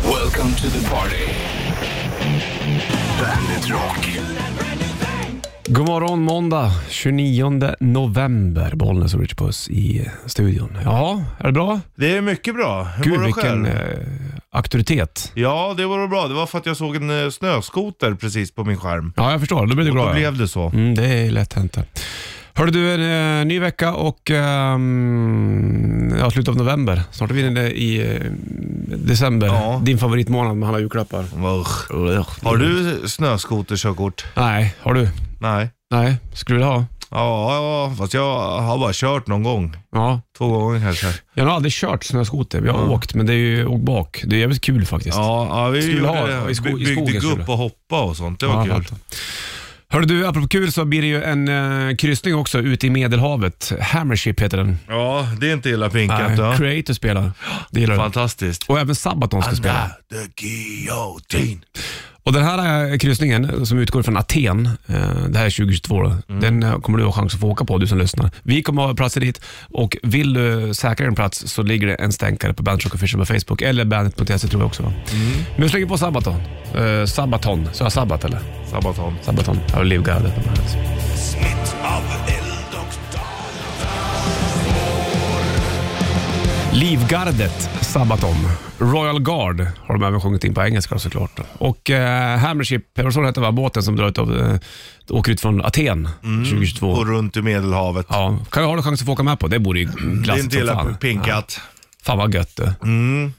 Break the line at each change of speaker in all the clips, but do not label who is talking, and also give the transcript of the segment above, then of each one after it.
Welcome to the party. Bandit Rock.
God morgon måndag 29 november. Bollnäs och Rich Puss i studion. Ja, är det bra?
Det är mycket bra. Hur
Gud
mår du
vilken
själv?
eh, auktoritet.
Ja, det var bra. Det var för att jag såg en eh, snöskoter precis på min skärm.
Ja, jag förstår. Då blir du glad.
Då
ja.
blev det så.
Mm, det är lätt hänt det. Hörru du, en eh, ny vecka och ehm, ja, slutet av november. Snart är vi inne i eh, december.
Ja.
Din favoritmånad med alla julklappar.
Usch. Har du snöskoterkörkort?
Nej, har du?
Nej.
Nej, skulle du vilja ha?
Ja, ja, fast jag har bara kört någon gång.
Ja.
Två gånger kanske.
Jag har nog aldrig kört snöskoter. Jag har åkt, men det är ju åkt bak. Det är jävligt kul faktiskt.
Ja, ja vi
Skulle
gjorde
ha
det.
i sko- i
By- byggde
skogen skulle
gupp
du.
och hoppa och sånt. Det var
Ja,
kul.
fattar. Hörru du, apropå kul så blir det ju en eh, kryssning också ute i Medelhavet. Hammership heter den.
Ja, det är inte illa pinkat.
Nej,
Ja.
Creator spelar. Det gillar du.
Fantastiskt.
Och även Sabaton ska spela.
Anna the guillotine.
Och den här eh, kryssningen som utgår från Aten, eh, det här är 2022,
Mm.
då, den eh, kommer du ha chans att få åka på, du som lyssnar. Vi kommer ha platser dit och vill du säkra en plats så ligger det en stänkare på Bandit Rock Official på Facebook eller bandet.se tror jag också. Mm. Men vi slänger på Sabaton. Eh, Sabaton, sa jag Sabat eller?
Sabaton.
Sabaton. Jag var livgardet. Livgardet Sabaton. Royal Guard har de även sjungit in på engelska såklart. Och eh, Hammership, eller så hette va, båten som drar ut av, eh, åker ut från Aten 2022.
Mm. Och runt i Medelhavet.
Ja, kan jag ha en chans att få åka med på? Det borde ju
det är
glassigt
inte
som
illa
fan.
pinkat.
Fan vad gött det.
Mm.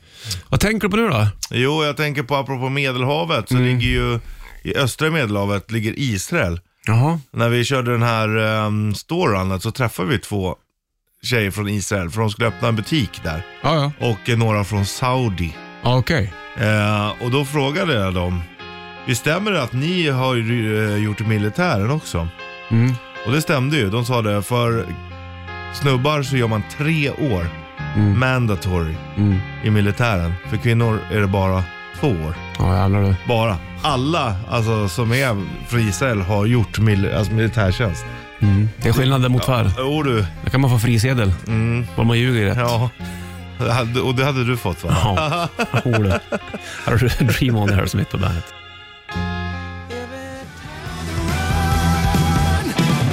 Vad tänker du på nu då?
Jo, jag tänker på apropå Medelhavet så ligger ju i östra Medelhavet ligger Israel.
Jaha.
När vi körde den här um, storrunnen så träffade vi två tjejer från Israel för de skulle öppna en butik där
Ja, ja.
och eh, några från Saudi.
ja Okej.
Eh, och då frågade jag dem, visst stämmer det att ni har ju, eh, gjort militären också?
Mm.
Och det stämde ju, de sa det för snubbar så gör man tre år
Mm.
mandatory
Mm.
i militären. För kvinnor är det bara två år.
Ja, jävlar du.
Bara. Alla alltså, som är från Israel har gjort mil- alltså, militärtjänst.
Mm. Det är skillnaden mot förr.
Jo du.
Där kan man få frisedel,
Mm,
bara man ljuger rätt.
ja. Det hade- Och det hade du fått va?
Ja, Hur det. Här har du Dream On här som mitt på bandet.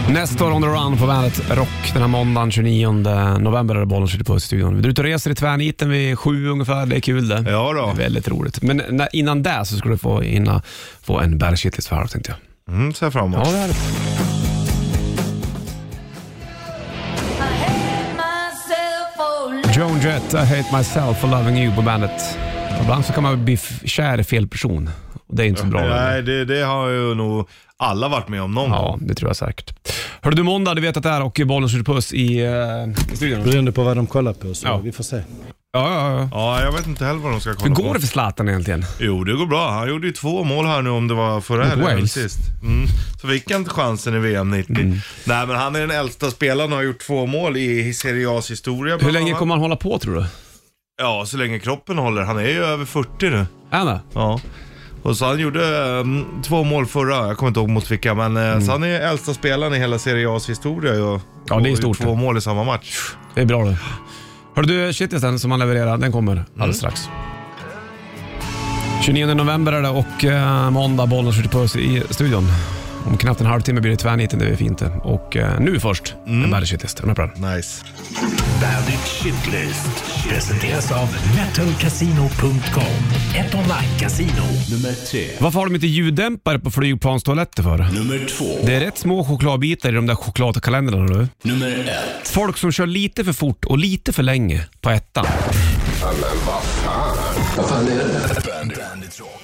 Nästa år on the run på bandet Rock den här måndagen 29 november är det bollen skjuter på i studion. Vi är ute och reser i tvärniten vid sju ungefär. Det är kul det.
Ja
Det
då.
är Väldigt roligt. Men när, innan det så ska du få, hinna få en bärkittlist för halv tänkte jag.
Mm, ser jag fram emot.
Ja, det är det. Joan Jett, I hate myself for loving you på bandet. Ibland så kan man bli f- kär i fel person. Och det är inte så bra.
Nej, det, det har ju nog alla varit med om någon gång.
Ja, det tror jag säkert. Hörru du, måndag, du vet att det är och bollen skjuter puss i, eh, i studion.
Beroende på vad de kollar på så
Ja.
vi får se.
Ja, ja, ja.
Ja, jag vet inte heller vad de ska kolla
Hur går
på.
det för Zlatan egentligen?
Jo, det går bra. Han gjorde ju två mål här nu om det var förra
Mot
eller
Wales.
sist. Mm. Så fick han inte chansen i VM 90.
Mm.
Nej, men han är den äldsta spelaren och har gjort två mål i Serie A's historia.
Hur
bland
länge
annat.
kommer han hålla på tror du?
Ja, så länge kroppen håller. Han är ju över 40 nu.
Anna?
Ja. Och så han gjorde ehm, två mål förra, jag kommer inte ihåg mot vilka, men eh, så han är äldsta spelaren i hela Serie A's historia och,
Mm. Ja, det är
och
stort.
två mål i samma match.
Det är bra det. Hörru du, shitlisten som han levererar, den kommer alldeles
Mm.
strax. 29 november är det och eh, måndag, bollen skjuter puss i studion. Om knappt en halvtimme blir det tvärniten, det är fint det. Och eh, nu först,
Mm.
en värre shitlist. Är du med på den?
Nice.
Bandit Shitlist.
Presenteras av metalcasino.com. Ett online-casino.
Nummer tre.
Varför har de inte ljuddämpare på flygplanstoaletter för?
Nummer två.
Det är rätt små chokladbitar i de där chokladkalendrarna du.
Nummer ett.
Folk som kör lite för fort och lite för länge på ettan.
Bandit, Bandit Rock.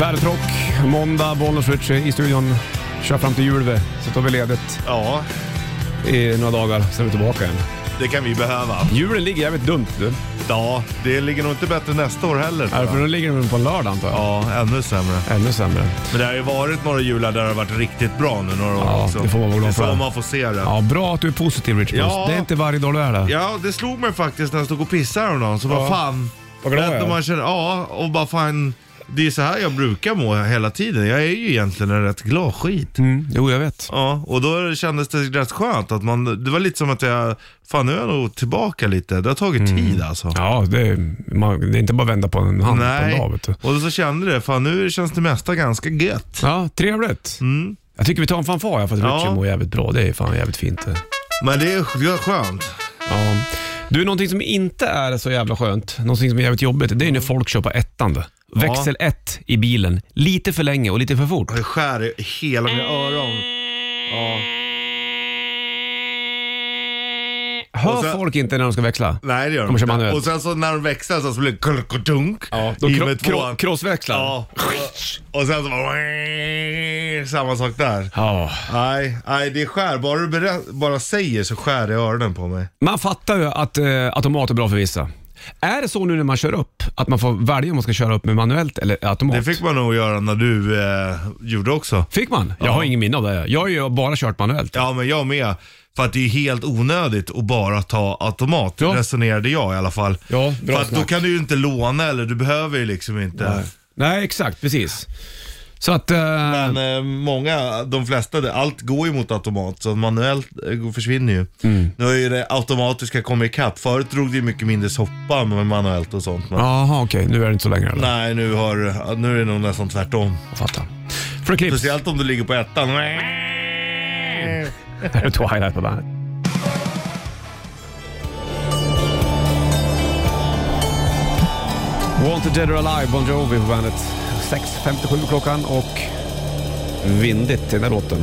Bandet Rock, måndag, bollen switch i studion. Kör fram till jul vi, så tar vi ledigt
Ja,
i några dagar, sen är vi tillbaka igen.
det kan vi behöva.
Julen ligger jävligt dumt du.
Ja, det ligger nog inte bättre nästa år heller. tror
Är det
jag.
för nu ligger den på en lördag antar jag.
Ja, ännu sämre.
Ännu sämre.
Men det har ju varit några jular där det har varit riktigt bra nu några år
Ja,
också.
det får man vara glad
Det är
för.
så man får se det.
Ja, bra att du är positiv Rich Puss.
Ja.
Det är inte varje dag du är det.
Ja, det slog mig faktiskt när jag stod och pissade häromdagen. Så
Ja.
vad fan.
Vad glad
Vet
jag är.
när man känner, ja, och bara fan. det är så här jag brukar må hela tiden. Jag är ju egentligen en rätt glad skit.
Mm, jo, jag vet.
Ja, och då kändes det rätt skönt att man, det var lite som att jag, fan nu är jag nog tillbaka lite. Det har tagit tid alltså.
Mm. Ja, det är, man, det är inte bara att vända på en hand på en dag. Vet du.
och så kände det, fan nu känns det mesta ganska gött.
Ja, trevligt. Jag tycker vi tar en fanfar ja, för att
Mm. Ja.
Richie mår jävligt bra. Det är fan jävligt fint. det.
Men det är, det är skönt.
Ja. Du, någonting som inte är så jävla skönt, någonting som är jävligt jobbigt, det är när folk kör på ettan. då. Växel 1 i bilen, lite för länge och lite för fort.
Det skär i hela mina öron. Ja.
Hör
Och sen-
folk inte när de ska växla?
Nej det gör de,
De kör
inte.
manuellt.
Och sen så när de växlar så blir det kulkudunk.
Ja, de
I
kro-
med tvåan.
kro- krossväxlar.
Ja. Och sen så bara... Samma sak där.
Ja.
Nej, nej det skär. Bara du berä- bara säger så skär det i öronen på mig.
Man fattar ju att eh, automat är bra för vissa. Är det så nu när man kör upp, att man får välja om man ska köra upp med manuellt eller automat?
Det fick man nog göra när du eh, gjorde också.
Fick man? Jag har ingen minne av det. Jag har ju bara kört manuellt.
Ja, men jag med. För att det är helt onödigt att bara ta automat,
Ja.
resonerade jag i alla fall.
Ja, bra
För att då
snack.
kan du ju inte låna eller du behöver ju liksom inte.
Nej, exakt. Precis. Så att... eh,
Men eh, många, de flesta, allt går ju mot automat så manuellt eh, försvinner ju.
Mm.
Nu är ju det automatiska kommit ikapp. Förut drog det ju mycket mindre soppa med manuellt och sånt. Men
Jaha, okej. Nu är det inte så längre. Eller?
nej, nu, har, nu är det nog nästan tvärtom.
Jag fattar. Fruit Clips.
Speciellt om du ligger på ettan.
Mm. Här är Twilight på bandet. Wanted Dead or Alive, Bon Jovi på bandet. 6.57 klockan och vindigt i den här låten.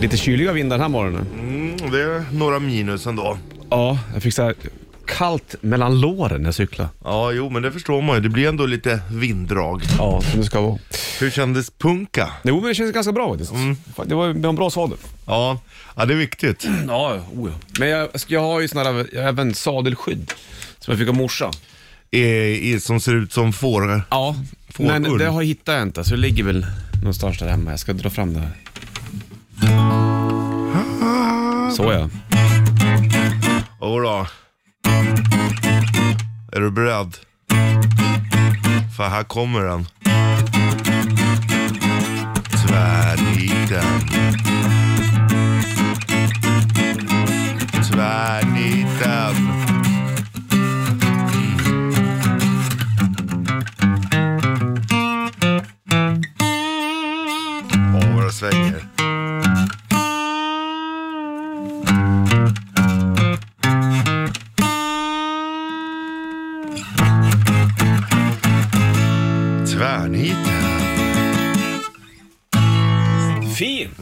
Lite kyliga vindar den här morgonen.
Mm, det är några minus ändå.
Ja, jag fick så här kallt mellan låren när jag cyklade.
Ja, jo, men det förstår man ju. Det blir ändå lite vinddrag.
Ja, som det ska vara.
Hur kändes punka?
Jo, men det känns ganska bra faktiskt. Fan, Det var det var en bra sadel.
Ja, ja det är viktigt.
Ja, oh, Men jag, jag har ju sån här, jag har även sadelskydd som jag fick av morsan.
Eh, I, i, som ser ut som får.
Ja,
Fårull.
men det har hittat jag inte, så det ligger väl någonstans där hemma. Jag ska dra fram det. Så ja.
Jodå. Är du beredd? För här kommer den. Tvärniten. Tvärniten. Åh, vad det svänger. Tvärniten.
Fint!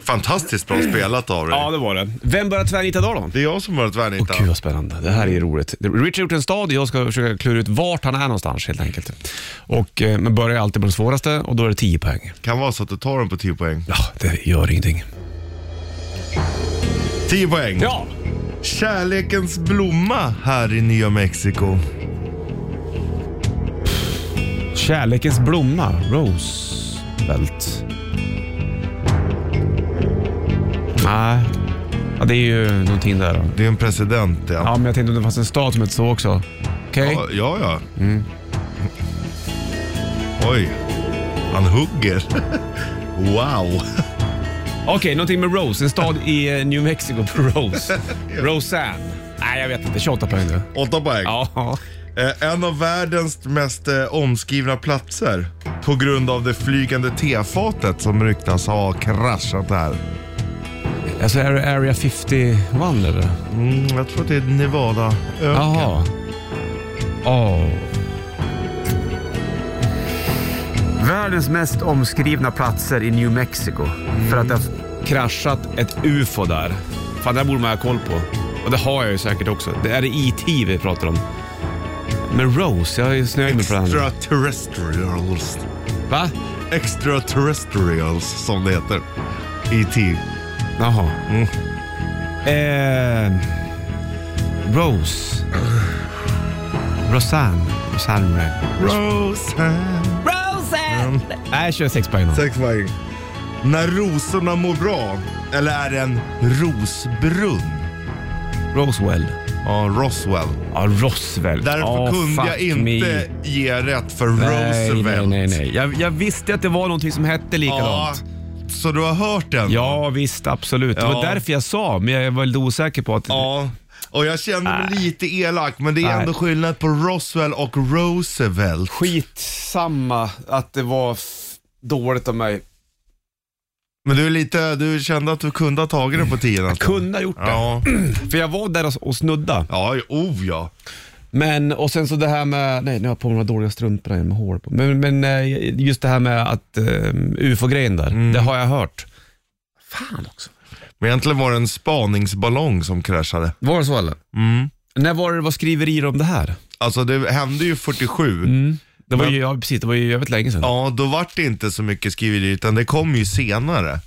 Fantastiskt bra spelat av dig.
Mm. Ja, det var det. Vem börjar tvärnita idag då?
Det är jag som har tvärnitat.
Åh gud vad spännande. Det här är roligt. Richard har gjort en stad och jag ska försöka klura ut vart han är någonstans helt enkelt. Och, eh, men börjar alltid på den svåraste och då är det 10 poäng.
Kan vara så att du tar den på 10 poäng.
Ja, det gör ingenting.
10 poäng.
Ja!
Kärlekens blomma här i Nya Mexiko.
Kärlekens blomma, Roosevelt. Nej, ja, det är ju någonting där. Då.
Det är en president ja.
Ja, men jag tänkte om det fanns en stad som hette så också. Okej?
Ja, ja. ja. Oj. Han hugger. wow.
Okej, någonting med Rose. En stad i eh, New Mexico på Rose. Roseanne. Nej, jag vet inte. 28 poäng nu.
8 poäng.
Ja.
Eh, en av världens mest eh, omskrivna platser. På grund av det flygande tefatet som ryktas ha kraschat här.
Alltså, är det Area 51 eller?
Mm, jag tror att det är Nevada.
Jaha. Åh. Världens mest omskrivna platser i New Mexico. För att det har kraschat ett UFO där. Fan, det här borde man ha koll på. Och det har jag ju säkert också. Det är det IT vi pratar om. Men Rose, jag är ju snöig mig på den. här.
Extraterrestrials.
Va?
Extraterrestrials som det heter. E E.T.
Jaha. Eh, Rose. Rosanne. Rosanne.
Roseanne.
Rosanne! Nej, jag kör sex poäng då.
Sex poäng. När rosorna mår bra, eller är det en rosbrunn?
Roswell.
Ja, Roswell.
Ja, Roswell.
Därför
Ja,
kunde jag
fuck
inte
me.
ge rätt för
Nej,
Roosevelt.
nej, nej. nej. Jag, jag visste att det var någonting som hette
Ja,
likadant. Ja.
så du har hört den?
Ja visst, absolut. Det var
Ja.
därför jag sa, men jag var lite osäker på att...
Ja. Och jag känner mig lite elak, men det är
Nej.
ändå skillnad på Roswell och Roosevelt.
Skitsamma att det var dåligt av mig.
Men du är lite, du kände att du kunde ha tagit den på tiden. alltså.
Kunde ha gjort det,
Ja.
för jag var där och- och snudda.
Ja, oh ja.
Men, och sen så det här med, nej nu har jag på mig några dåliga strumpor här med hår på. Men, men eh, just det här med att eh, ufo-grejen där,
Mm.
det har jag hört. Fan också.
Men egentligen var det en spaningsballong som kraschade.
Var det så eller?
Mm.
När var det det var skriverier om det här?
Alltså det hände ju 47.
Det var ju, ja precis, det var ju jävligt länge sedan.
Ja, då vart det inte så mycket skriverier utan det kom ju senare.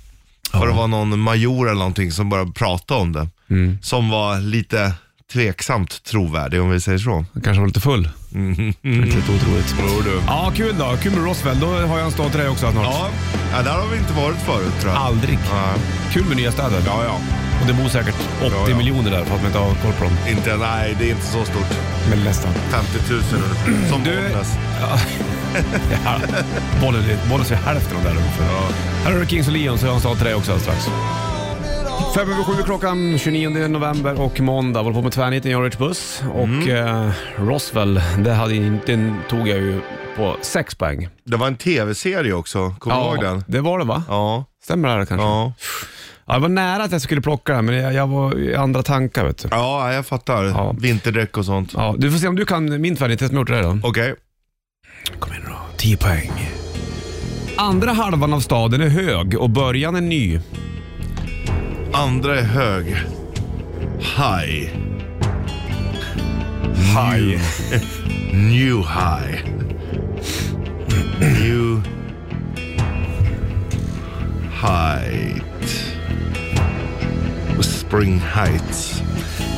Och det var någon major eller någonting som började prata om det.
Mm.
Som var lite tveksamt trovärdig om vi säger så.
Han kanske var lite full. Det är lite otroligt.
Tror Mm-hmm. du?
Ja, kul då. Kul med Roswell. Då har jag en stad till dig också snart.
Ja, ja där har vi inte varit förut tror jag.
Aldrig.
Nej,
Kul med nya städer. Ja, ja. Och det bor säkert 80
Ja, ja.
miljoner där, för att man inte har koll på dem.
inte, nej, det är inte så stort.
Men nästan.
50 000 eller- som
Du-
Bollnäs.
Ja. Bollen, är- bollen är hälften av där ungefär. Här har du Kings och Leon, så jag har en stad till dig också alldeles strax. Fem över sju klockan 29 november och måndag. Håller på med tvärniten, jag och Rich Buss. Och
Mm.
eh, Roswell, det hade jag inte, den tog jag ju på sex poäng.
Det var en tv-serie också, kommer du ihåg den?
det var det va?
Ja,
Stämmer det här kanske?
ja.
Ja, det var nära att jag skulle plocka den, men jag, jag var i andra tankar vet du.
Ja, jag fattar.
Ja.
Vinterdäck och sånt.
Ja, du får se om du kan min tvärnit som jag gjort det då.
Okej.
Kom igen nu då. 10 poäng. Andra halvan av staden är hög och början är ny.
Andra är hög. High.
Haj.
New high. New height. Spring heights.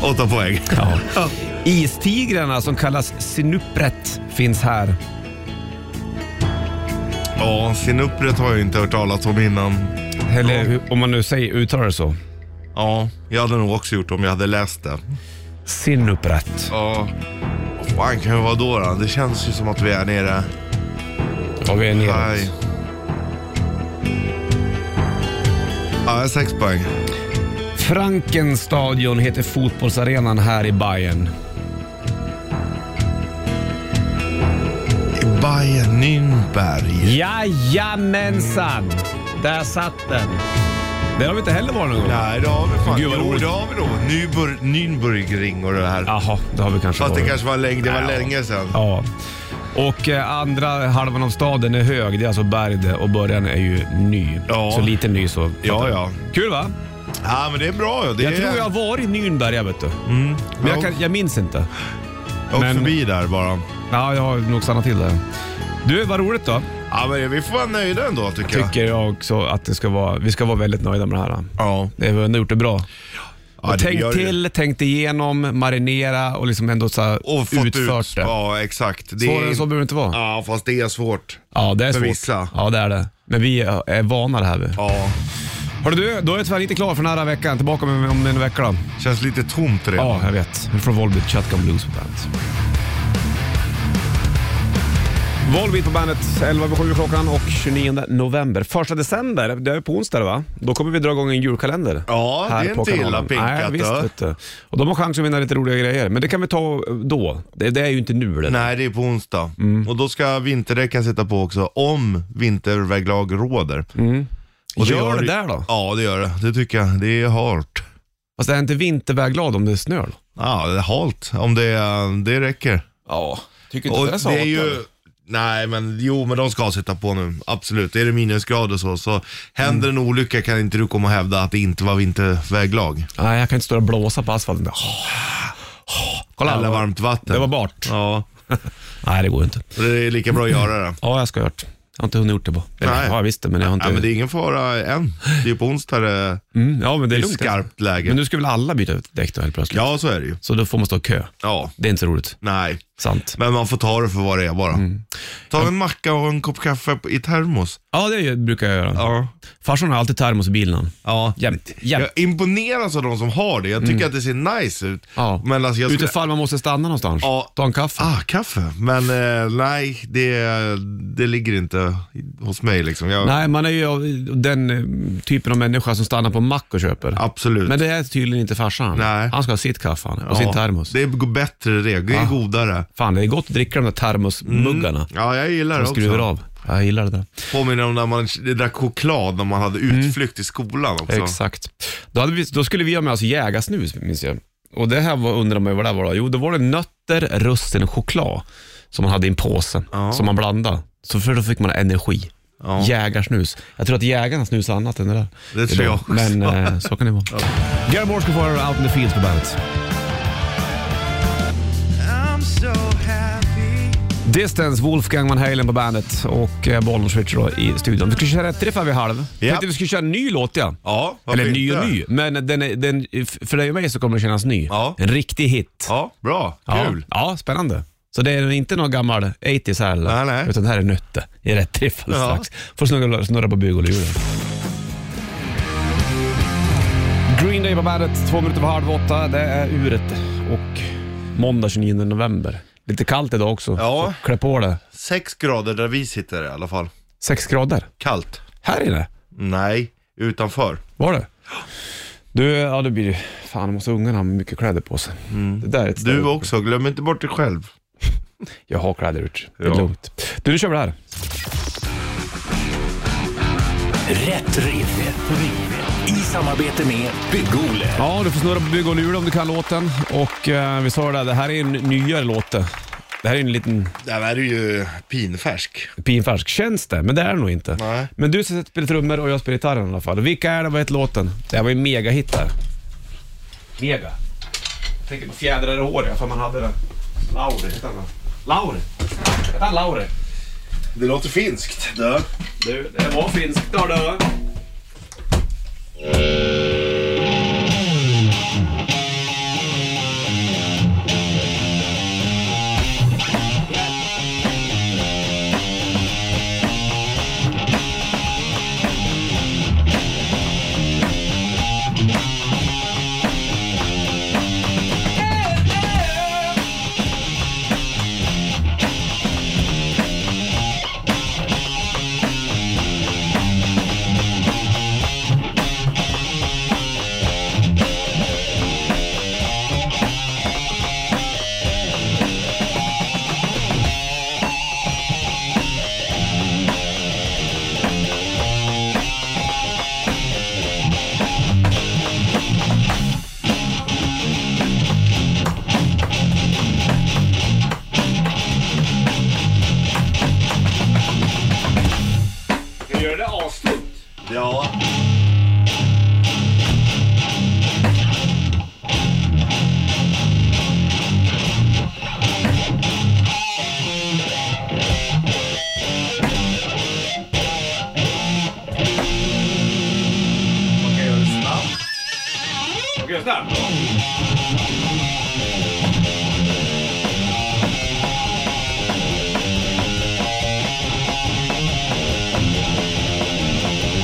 Åtta poäng.
Istigrarna som kallas sinupret finns här.
Ja, sinupret har jag inte hört talas om innan.
Eller hur- om man nu säger, uttalar det så.
Ja, jag hade nog också gjort det om jag hade läst det.
Sinupret.
Ja. Vad fan kan det vara då, då? Det känns ju som att vi är nere.
Och vi är
High.
neråt.
Ja, jag har sex poäng.
Frankenstadion heter fotbollsarenan här i Bayern.
Bayern Nürnberg.
Jajamensan! Där satt den. Det har vi inte heller varit någon gång.
Nej, det har vi fan.
Gud, vad
jo,
roligt.
det har vi nog. Nybur- Nürnbergring och det här.
Jaha, det har vi kanske
Fast det
varit.
kanske var länge, det var
Ja.
länge sedan.
Ja. Och eh, andra halvan av staden är hög, det är alltså berg det, och början är ju ny.
Ja.
Så lite ny så.
Ja, ja.
Kul va?
Ja, men det är bra. Det Mm.
Jag
är...
tror jag har varit i Nürnberg, jag vet du. Men jag, kan, jag minns inte.
jag åkte
men-
förbi där bara.
Ja, jag har nog stannat till där. Du, vad roligt då.
Ja, men vi får vara nöjda ändå tycker jag.
Tycker jag också att det ska vara, vi ska vara väldigt nöjda med det här.
Ja.
Det har vi ändå gjort det bra.
ja
och
det
tänkt
gör det.
till, tänkt igenom, marinera och liksom ändå så här
Och fått
utfört
ut.
det.
Ja, exakt. Det
Svårare
är...
än så behöver det inte vara. Ja,
Ja, fast det är svårt.
det är
För
svårt.
vissa.
Ja, det är det. Men vi är är vana det här. Vi.
Ja.
Hörru du, då är jag tyvärr inte klar för den här veckan. Tillbaka om, om en vecka då.
Känns lite tomt redan.
Ja, jag vet. Nu får Volbeat Shotgun Blues på bandet. Volbeat på bandet, 11 över 7 klockan och 29 november. Första december, det är på onsdag va? Då kommer vi dra igång en julkalender.
Ja, det är
på
inte illa
kanalen.
pinkat,
Nej, visst,
då.
vet du. Och de har chans att vinna lite roliga grejer, men det kan vi ta då. Det, det är ju inte nu det.
Nej, det är på onsdag.
Mm.
Och då ska vinterdäcken sitta på också, om vinterväglag råder. Och
Gör Mm. det där då?
Ja, det gör det. Det tycker jag. Det är halt.
Fast det är inte vintervägglad om det snör då?
Ja, det är halt. Om det, är- det räcker.
Ja, tycker
Och det är ju... Nej, men jo, men de ska sitta på nu. Absolut. Är det minusgrader och så, så händer
Mm.
en olycka kan inte du komma och hävda att det inte var vinterväglag.
Nej, jag kan inte stå och blåsa på asfalten. där. Kolla,
Eller varmt vatten.
Det var bart.
Ja,
Nej, det går inte.
och det är lika bra att göra det.
Ja, jag ska ha gjort. Jag har inte hunnit gjort det på. Eller,
Nej.
Ja, jag visste, men jag har inte...
Ja, men det är ingen fara än. Det är ju på onsdag det
mm, ja, men det är
är
lugnt.
skarpt läge.
Men nu ska väl alla byta ut däck då helt plötsligt?
Ja, så är det ju.
Så då får man stå i kö.
Ja,
Det är inte så roligt.
nej.
Sant. Mm.
Men man får ta det för vad det är bara. Ta en macka och en kopp kaffe på- i termos.
Ja, det brukar jag göra.
Ja.
Farsan har alltid termos i bilen.
Ja.
Jämt.
Jag
Jämt. Mm.
imponeras av de som har det. Jag tycker att det ser nice ut.
Ja.
Men alltså jag skulle...
Utifall man måste stanna någonstans.
Ja.
Ta en kaffe.
Ah, kaffe. Men eh, nej, det, det ligger inte hos mig liksom. Jag,
Nej, man är ju av den eh, typen av människa som stannar på mack och köper.
Absolut.
Men det är tydligen inte farsan.
Nej.
Han ska ha sitt kaffe han, och
Ja,
sin termos.
Det går bättre det. Det är
Ah.
godare.
Fan, det är gott att dricka de där termosmuggarna.
Ja, jag gillar Mm. det
Man skruvar
också.
av. Jag gillar det där.
Påminner om när man drack choklad när man hade utflykt i skolan också.
Mm. Exakt. Då, hade vi, då skulle vi ha med oss jägarsnus, minns jag. Och det här var, undrar man ju vad det här var då. Jo, då var det nötter, russin och choklad som man hade i en påse,
Ja.
som man blandade. Så för då fick man energi.
Ja.
Jägarsnus. Jag tror att jägarna snusar annat än det där.
Det tror jag också.
Men eh, så kan det vara. Gary Moore ska få höra Out in the Fields på bandet. Distance, Wolfgang Van Halen på bandet och eh, Bollnäs Richard då i studion. Vi skulle köra rätt träffar vid halv. Jag tänkte vi skulle köra en ny låt ja.
Ja, varför
Eller ny och
inte?
ny, men den är, den, för dig och mig så kommer den kännas ny.
Ja.
En riktig hit.
Ja, bra. Kul.
Ja, ja, spännande. Så det är inte någon gammal 80s här eller?
Nej, nej.
Utan det här är Nötte i rätt träff alldeles
Ja.
strax. Får snurra, snurra på bygoljuren. Green Day på bandet, två minuter på halv åtta. Det är uret och måndag 29 november. Lite kallt idag också.
Ja.
Så klä på det.
Sex grader där vi sitter i alla fall.
Sex grader.
Kallt.
Här inne
Nej, utanför.
var det. Du, ja det blir ju... Fan, måste ungarna ha mycket kläder på sig. Det där är ett
Du
ställe.
också, glöm inte bort dig själv.
Jag har kläder ut. Det är
Ja.
lugnt. Du, nu kör vi det här.
Rätt riff. Rätt riff. I samarbete med Bygg-Ole.
Ja, du får snurra på bygg och lura om du kan låten. Och eh, vi sa det, där, det här är en nyare låt. det. Det här är en liten
Det här är ju pinfärsk.
pinfärsk. Känns det? Men det är det nog inte.
Nej.
Men du spelar trummor och jag spelar gitarren i alla fall. Och Vilka är det? Vad heter låten? Det här var ju en megahit där. Mega. Jag tänker på fjädrar och hår, ja, för man hade den. Lauri, hette han va? Lauri? Hette han Lauri?
Det låter finskt. Du.
Du, det var finskt då du. Ska göra det astungt?
Ja.
Man kan göra det snabbt. Man kan göra det snabbt.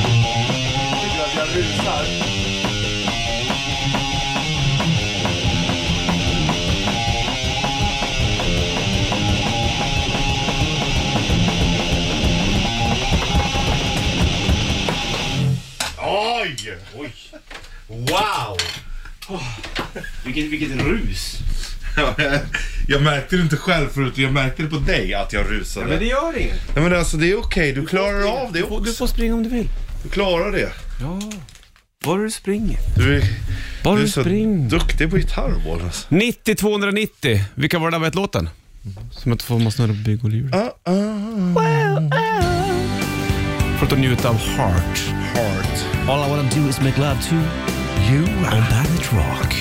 Tycker att jag rusar? Oj! Oj! Wow!
Vilket, vilket rus!
Jag märkte det inte själv förut, jag märkte det på dig att jag rusade.
Men det gör inget.
Nej men alltså det är okej, du klarar av det
Du får, du
också.
får springa om du vill.
Du klarar det.
Ja. Var du springer.
Du är,
Var
du är
du
så
springer.
duktig på gitarrboll alltså.
90 290. Vilka var det där med låten? Som att få man snurra på bygg och lur.
Ah, ah,
ah. För att njuta av Heart.
heart.
All I wanna do is make love to you on Bandit Rock.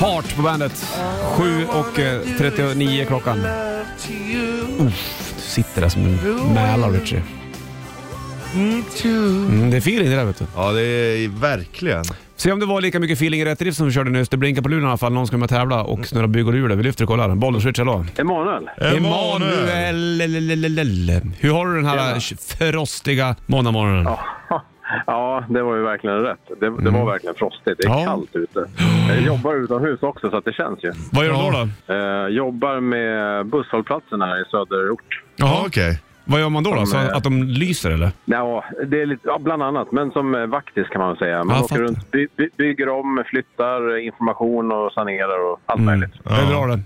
Heart på bandet. 7 och eh, 39 klockan. Uff, du sitter där som en mäla Richie. Mm, det är feeling det där vet du.
Ja det är verkligen.
Se om det var lika mycket feeling i rätt drift som vi körde nyss. Det blinkar på luren i alla fall. Någon ska med och tävla och snurra bygghjulet. Vi lyfter och kollar. Bollen switch, hallå.
Emanuel?
Emanuel! lelelelele. Hur har du den här frostiga måndagmorgonen?
Ja, det var ju verkligen rätt. Det, det var verkligen frostigt. Det är
Mm. Ja.
kallt ute. Jag jobbar utomhus också, så att det känns ju.
Vad gör du då? då?
Eh, jobbar med busshållplatsen här i söderort.
Ja,
Jaha.
okej.
Vad gör man då? då? Så
Som, eh,
att de lyser eller?
Ja, det är lite, ja, bland annat. Men som eh, vaktis kan man väl säga. Man
Ja,
åker
fattar.
runt, by, by, bygger om, flyttar eh, information och sanerar och allt möjligt.
Det är bra det.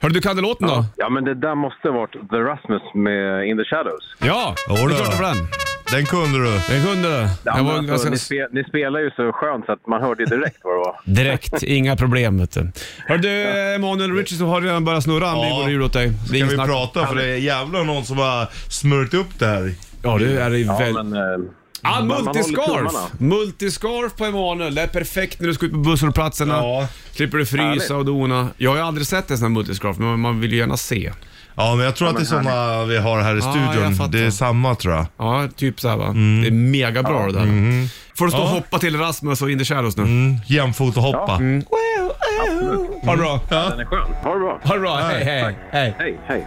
Hörru, du kan du låten då?
Mm. Ja, men det där måste varit The Rasmus med In the Shadows.
Ja, det är
Jodå.
klart det var den.
Den kunde du.
Den kunde du.
Ja,
Den
men
var
alltså, ni,
ganska
spe, ni spelar ju så skönt så att man hörde ju direkt vad det var.
direkt. Inga problem vet du. Hörru du, Emanuel Richardson har redan börjat snurra. Han blir
Ja.
vår jul åt dig. Det är
Kan
inget
vi
snack.
prata för det är jävla någon som har smört upp det här.
Ja, det är det
Ja,
väl.
men, eh,
Ah,
man- man håller
multiscarf!
tummarna.
Multiscarf på Emanuel. Det är perfekt när du ska ut på busshållplatserna.
Ja.
Slipper du frysa
Härligt.
och dona. Jag har ju aldrig sett en sån här multiscarf, men man vill ju gärna se.
Ja, men jag tror att det är såna vi har här i
Ja, jag
studion.
fattar.
det är samma tror jag.
Ja, typ så här va. Det är mega bra det där. Får du stå och hoppa till Rasmus och In the Shadows nu?
Jämfota och hoppa.
Ha det bra.
Den är skön. Ha det bra.
Ha det bra. Hej, hej. hej.
Hej, hej.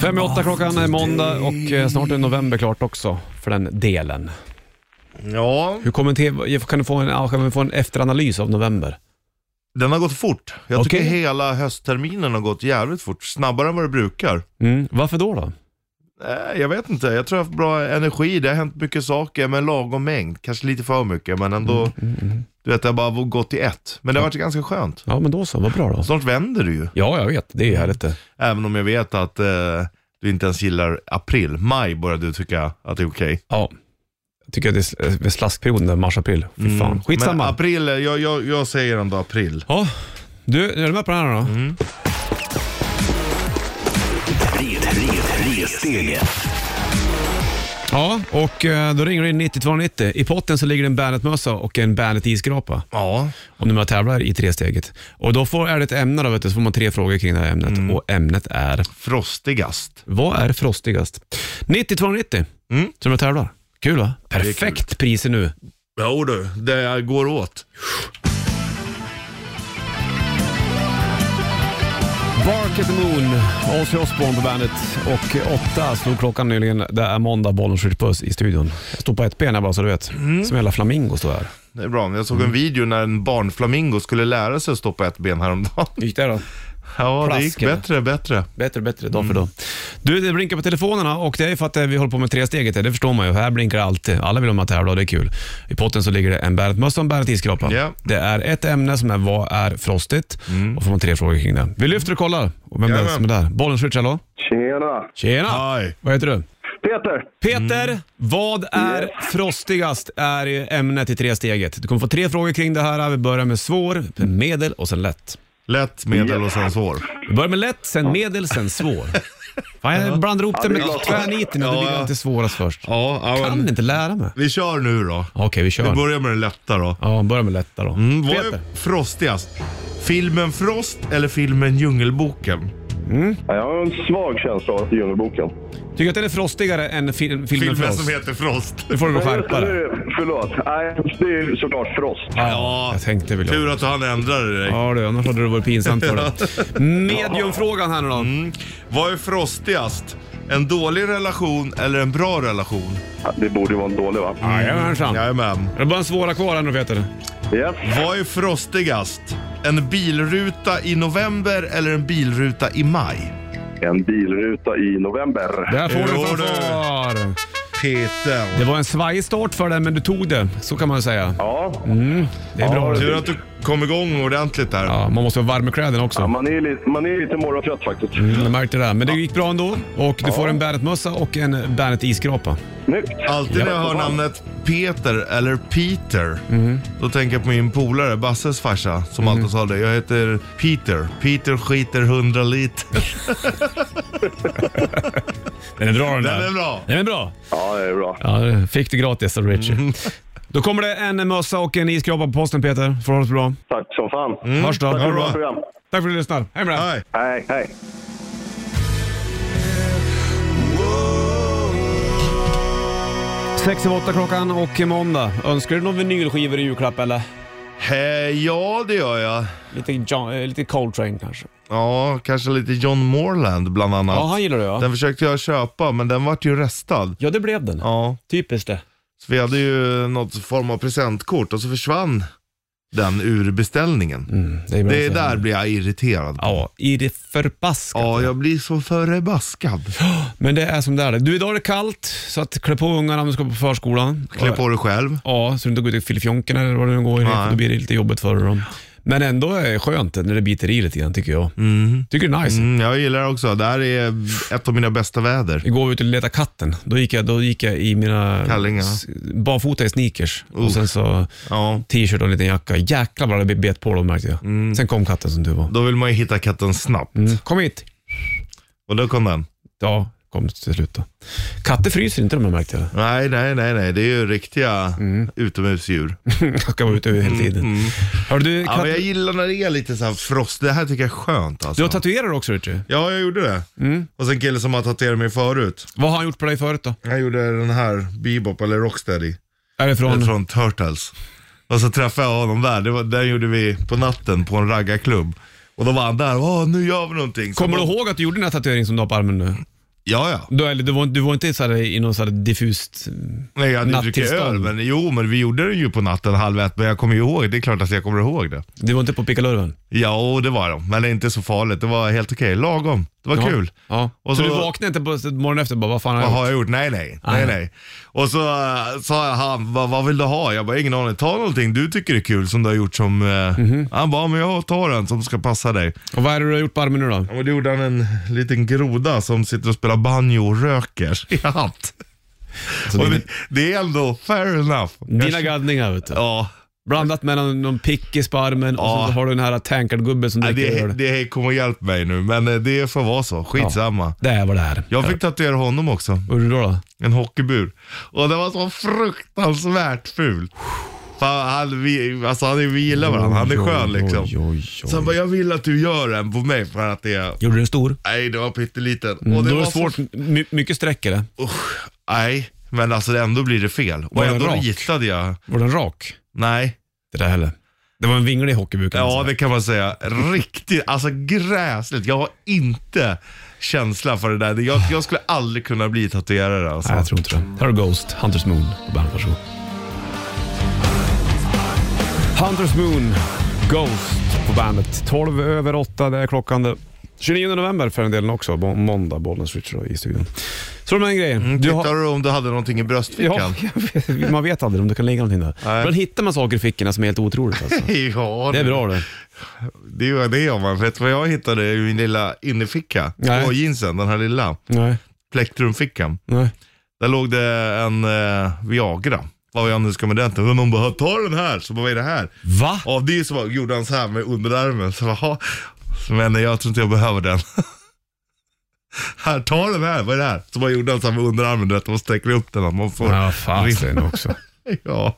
Fem i åtta klockan är måndag och eh, snart är november klart också för den delen.
Ja,
Hur kommenter- kan, du få en, ja, kan vi få en efteranalys av november?
den har gått fort. Jag tycker
Okej.
hela höstterminen har gått jävligt fort. Snabbare än vad det brukar.
Mm. Varför då då?
Nej, jag vet inte. Jag tror jag har haft bra energi. Det har hänt mycket saker, men lagom mängd. Kanske lite för mycket, men ändå. Du vet, det har bara gått i ett. Men det har varit ganska skönt.
Ja men då så, vad bra då.
Snart vänder det ju.
Ja jag vet, det är ju härligt det.
Även om jag vet att eh, du inte ens gillar april. Maj börjar du tycka att det är okej.
Ja. Jag tycker att det är sl- med slaskperioden där, mars-april. Fy fan. Skitsamma.
Mm. Men april, eh, jag, jag, jag säger ändå april.
ja. Du, är du med på det här då?
Mm.
Red, red, ressteget.
Ja, och eh, då ringer du in 9290. I potten så ligger det en Bandet-mössa och en Bandet-iskrapa.
Ja.
Om du man tävlar i tresteget. Och då får, är det ett ämne då, vet du, så får man tre frågor kring det här ämnet.
Mm.
Och ämnet är,
Frostigast.
vad är frostigast? 9290,
Mm.
som jag tävlar. Kul va? Perfekt priser nu.
Jo du, det går åt.
Bark at the Moon, Ozzy Osbourne på bandet. Och åtta slog klockan nyligen. Det är måndag, bollen skjuts puss i studion. Jag står på ett ben här bara så du vet. Som hela flamingo står här.
Det är bra. Jag såg en video när en barnflamingo skulle lära sig att stå på ett ben häromdagen.
Hur gick det då? Mm.
Ja, det gick
Plask, eller?
bättre, bättre.
Bättre och bättre dag för dag. Du, det blinkar på telefonerna och det är för att eh, vi håller på med tresteget. här. Det förstår man ju. Här blinkar det alltid. Alla vill vara med och tävla och det är kul. I potten så ligger det en Bandet-mössa och en Bandet-isskrapa.
Ja.
Det är ett ämne som är vad är frostigt? Och får man tre frågor kring det. Vi lyfter och kollar. Och vem är det
Jajamän.
som är där? Bollen switch, hallå?
Tjena!
Tjena!
Hej.
Vad heter du?
Peter!
Peter,
Mm.
vad är frostigast? är ämnet i tresteget. Du kommer få tre frågor kring det här. Vi börjar med svår, medel och sen lätt.
Lätt, medel och sen svår.
Vi börjar med lätt, sen medel, sen svår. Fan, jag blandar ihop det med tvärniten och då
Ja,
blir det
ja.
alltid svårast först.
Ja, ja
Kan
men,
inte lära mig.
vi kör nu då.
Okej, vi
Vi
kör.
börjar med det lätta då.
Ja, börja med lätta då.
Mm, Vad
Peter.
är frostigast? Filmen Frost eller filmen Djungelboken?
Mm. Ja, Jag har en svag känsla av att det är Djungelboken.
Tycker att den är frostigare än fil filmen
Filmen
Frost?
som heter Frost.
Nu får du väl skärpa
Nu-
dig.
nu- Förlåt. Nej, det är ju såklart Frost.
Ja, jag tänkte väl jag.
Tur att han ändrade dig.
Ja du, annars hade det varit pinsamt för dig. Mediumfrågan här nu då.
Mm. Vad är frostigast? En dålig relation eller en bra relation?
Ja, Det borde ju vara en dålig va?
Jajamensan.
Jajamän.
Det är bara en svåra kvar här nu Peter.
Yes.
Vad är frostigast? En bilruta i november eller en bilruta i maj?
En bilruta i november.
Där får du
Jo,
för
du.
svar.
Peter.
Det var en svajig start för den, men du tog det. Så kan man ju säga.
Ja,
Det är bra.
Tur att du kom igång ordentligt där.
Ja, man måste vara varm i kläderna också.
man är lite, man är lite morgontrött faktiskt.
Mm, Jag märkte det där. Men det gick bra ändå. Och du får en Bandet-mössa och en Bandet-iskrapa.
Snyggt.
Alltid när jag hör namnet Peter eller Peter, då tänker jag på min polare Basses farsa som alltid sa det. Jag heter Peter. Peter skiter 100 liter.
Den är bra den där.
Den är bra.
Den är bra.
Ja, det är bra.
Ja, det fick du gratis av Richie. Då kommer det en mössa och en iskrapa på posten Peter. Får ha det så bra. Mm.
Tack som fan.
Hörs då.
Tack för
bra.
bra program.
Tack för att du lyssnade. Hej med dig.
Nej.
Hej, hej.
Sex över åtta klockan och måndag. Önskar du någon vinylskivor i julklapp eller?
Eh, ja, det gör jag.
Lite, John, eh, lite Coltrane kanske?
Ja, kanske lite John Moreland bland annat.
Ja, han gillar det ja.
Den försökte jag köpa, men den vart ju restad.
Ja, det blev den.
Ja,
Typiskt det.
så vi hade ju något form av presentkort och så försvann den ur beställningen.
är,
Det är där blir jag irriterad. Ja,
Ja, i det förbaskat.
jag blir så förbaskad.
Men det är som det är. Du, idag är det kallt, så att klä på ungarna om du ska på förskolan.
Klä på dig själv.
Ja, så du inte går ut i filifjonken eller vad det nu går i.
Nej.
Då blir det lite jobbigt för dem. Men ändå är det skönt när det biter i lite grann tycker jag. Tycker det är nice.
Mm, jag gillar det också. Det här är ett av mina bästa väder.
Igår var vi ute och letade katten. Då gick jag, då gick jag i mina
Kallingar.
s- barfota i sneakers och sen så
Ja,
t-shirt och en liten jacka. Jäklar vad det bet på dem märkte jag.
Mm.
Sen kom katten som du var. Mm.
då vill man ju hitta katten snabbt.
Kom hit!
Och då kom den.
Ja, kom till slut då. Katter fryser inte de här märkte jag.
Nej, nej, nej, nej. Det är ju riktiga utomhusdjur.
Jag kan vara ute hela tiden. Hör du,
Ja,
katt...
men jag gillar när det är lite så här frost. Det här tycker jag är skönt
du
alltså.
har Mm. tatuerat också Richie.
Ja, jag gjorde det. Och sen kille som har tatuerat mig förut.
Vad har han gjort på dig förut då?
Jag gjorde den här, Bebop eller Rocksteady.
Är det från...
Från, från Turtles. Och så träffade jag honom där. Det var, den gjorde vi på natten på en raggarklubb. Och då var han där. Åh, nu gör vi någonting. Så
Kommer du
då-
ihåg att du gjorde den här tatueringen som du har på armen nu?
Ja, ja.
Du, eller, du, var, du var inte så här, i någon så här diffust...
Nej, jag hade ju druckit öl.
Nattillstånd.
Men, jo, men vi gjorde det ju på natten halv ett. Men jag kommer ju ihåg. Det är klart att jag kommer ihåg det.
Du var inte på pickalurven?
Ja, och det var de. Men det är inte så farligt. Det var helt okej. Lagom. Det var kul.
Ja.
Och
så,
så-
du vaknade inte på morgonen efter och bara, vad fan har jag
Vad
gjort?
har jag gjort? Nej, nej. nej, nej. Och så eh, sa jag, han, vad, vad vill du ha? Jag bara, ingen aning. Ta någonting du tycker är kul som du har gjort som... eh." Han bara, "Ja, men jag tar den som ska passa dig.
Och vad är det du har gjort på armen nu då?
Ja, men då gjorde han en liten groda som sitter och spelar banjo och röker i hatt. och det, det är ändå fair enough.
Dina
jag,
gaddningar vet du.
Ja,
Blandat med någon, någon pickis på armen och
Ja.
så har du den här tankardgubben som
nej,
dricker
det,
öl.
det kommer hjälpa mig nu, men eh, det får vara så. Skitsamma.
Det är vad det är.
Jag fick tatuera honom också,
Vad gjorde du då? då?
en hockeybur. Och det var så fruktansvärt ful. Fan, han, vi, alltså, han, är- vi gillar varandra, han är skön liksom.
Oj, oj, oj.
Så han bara, jag vill att du gör en på mig för att det är...
Gjorde du den stor?
Nej, det var pytteliten.
Mm,
Och det
då är
var
det svårt.
Så,
My, mycket sträck eller?
usch, nej, men alltså ändå blir det fel. Och
Var den
ändå
rak?
ritade jag.
Var den rak?
Nej,
Det där heller. Det var en vinglig hockeybuk. kan man
ja
säga.
det kan man säga. Riktigt, alltså gräsligt. Jag har inte känsla för det där. Jag, jag skulle aldrig kunna bli tatuerare alltså.
Nej, jag tror inte det. Här är Ghost, Hunters Moon på bandet. Varsågod. Hunters Moon, Ghost på bandet. 12 över 8, det är klockan. det- 29 november för den delen också. Må- Måndag, Bollnäs Richard då i studion. Så de här grejerna.
Mm,
Du
Tittar
har-
du om du hade någonting i bröstfickan?
Ja, jag vet, man vet aldrig om det kan ligga någonting där.
Nej.
Ibland hittar man saker i fickorna som är helt otroligt alltså.
Ja,
Det är bra det.
Det gör det gör man. Vet du vad jag hittade i min lilla innerficka?
Nej.
På jeansen, den här lilla
Nej,
plektrumfickan.
nej.
Där låg det en eh, Viagra. Vad jag nu ska med den till. Men hon bara, ta den här. Så bara, vad är det här?
Va?
Av det så bara, gjorde han så här med underarmen. Så bara, "Jaha." men jag tror inte jag behöver den. här, ta den här. Vad är det här? Så bara gjorde han så här med underarmen. Du vet, och sträcker upp den. Man får...
Ja, fasen också.
Ja.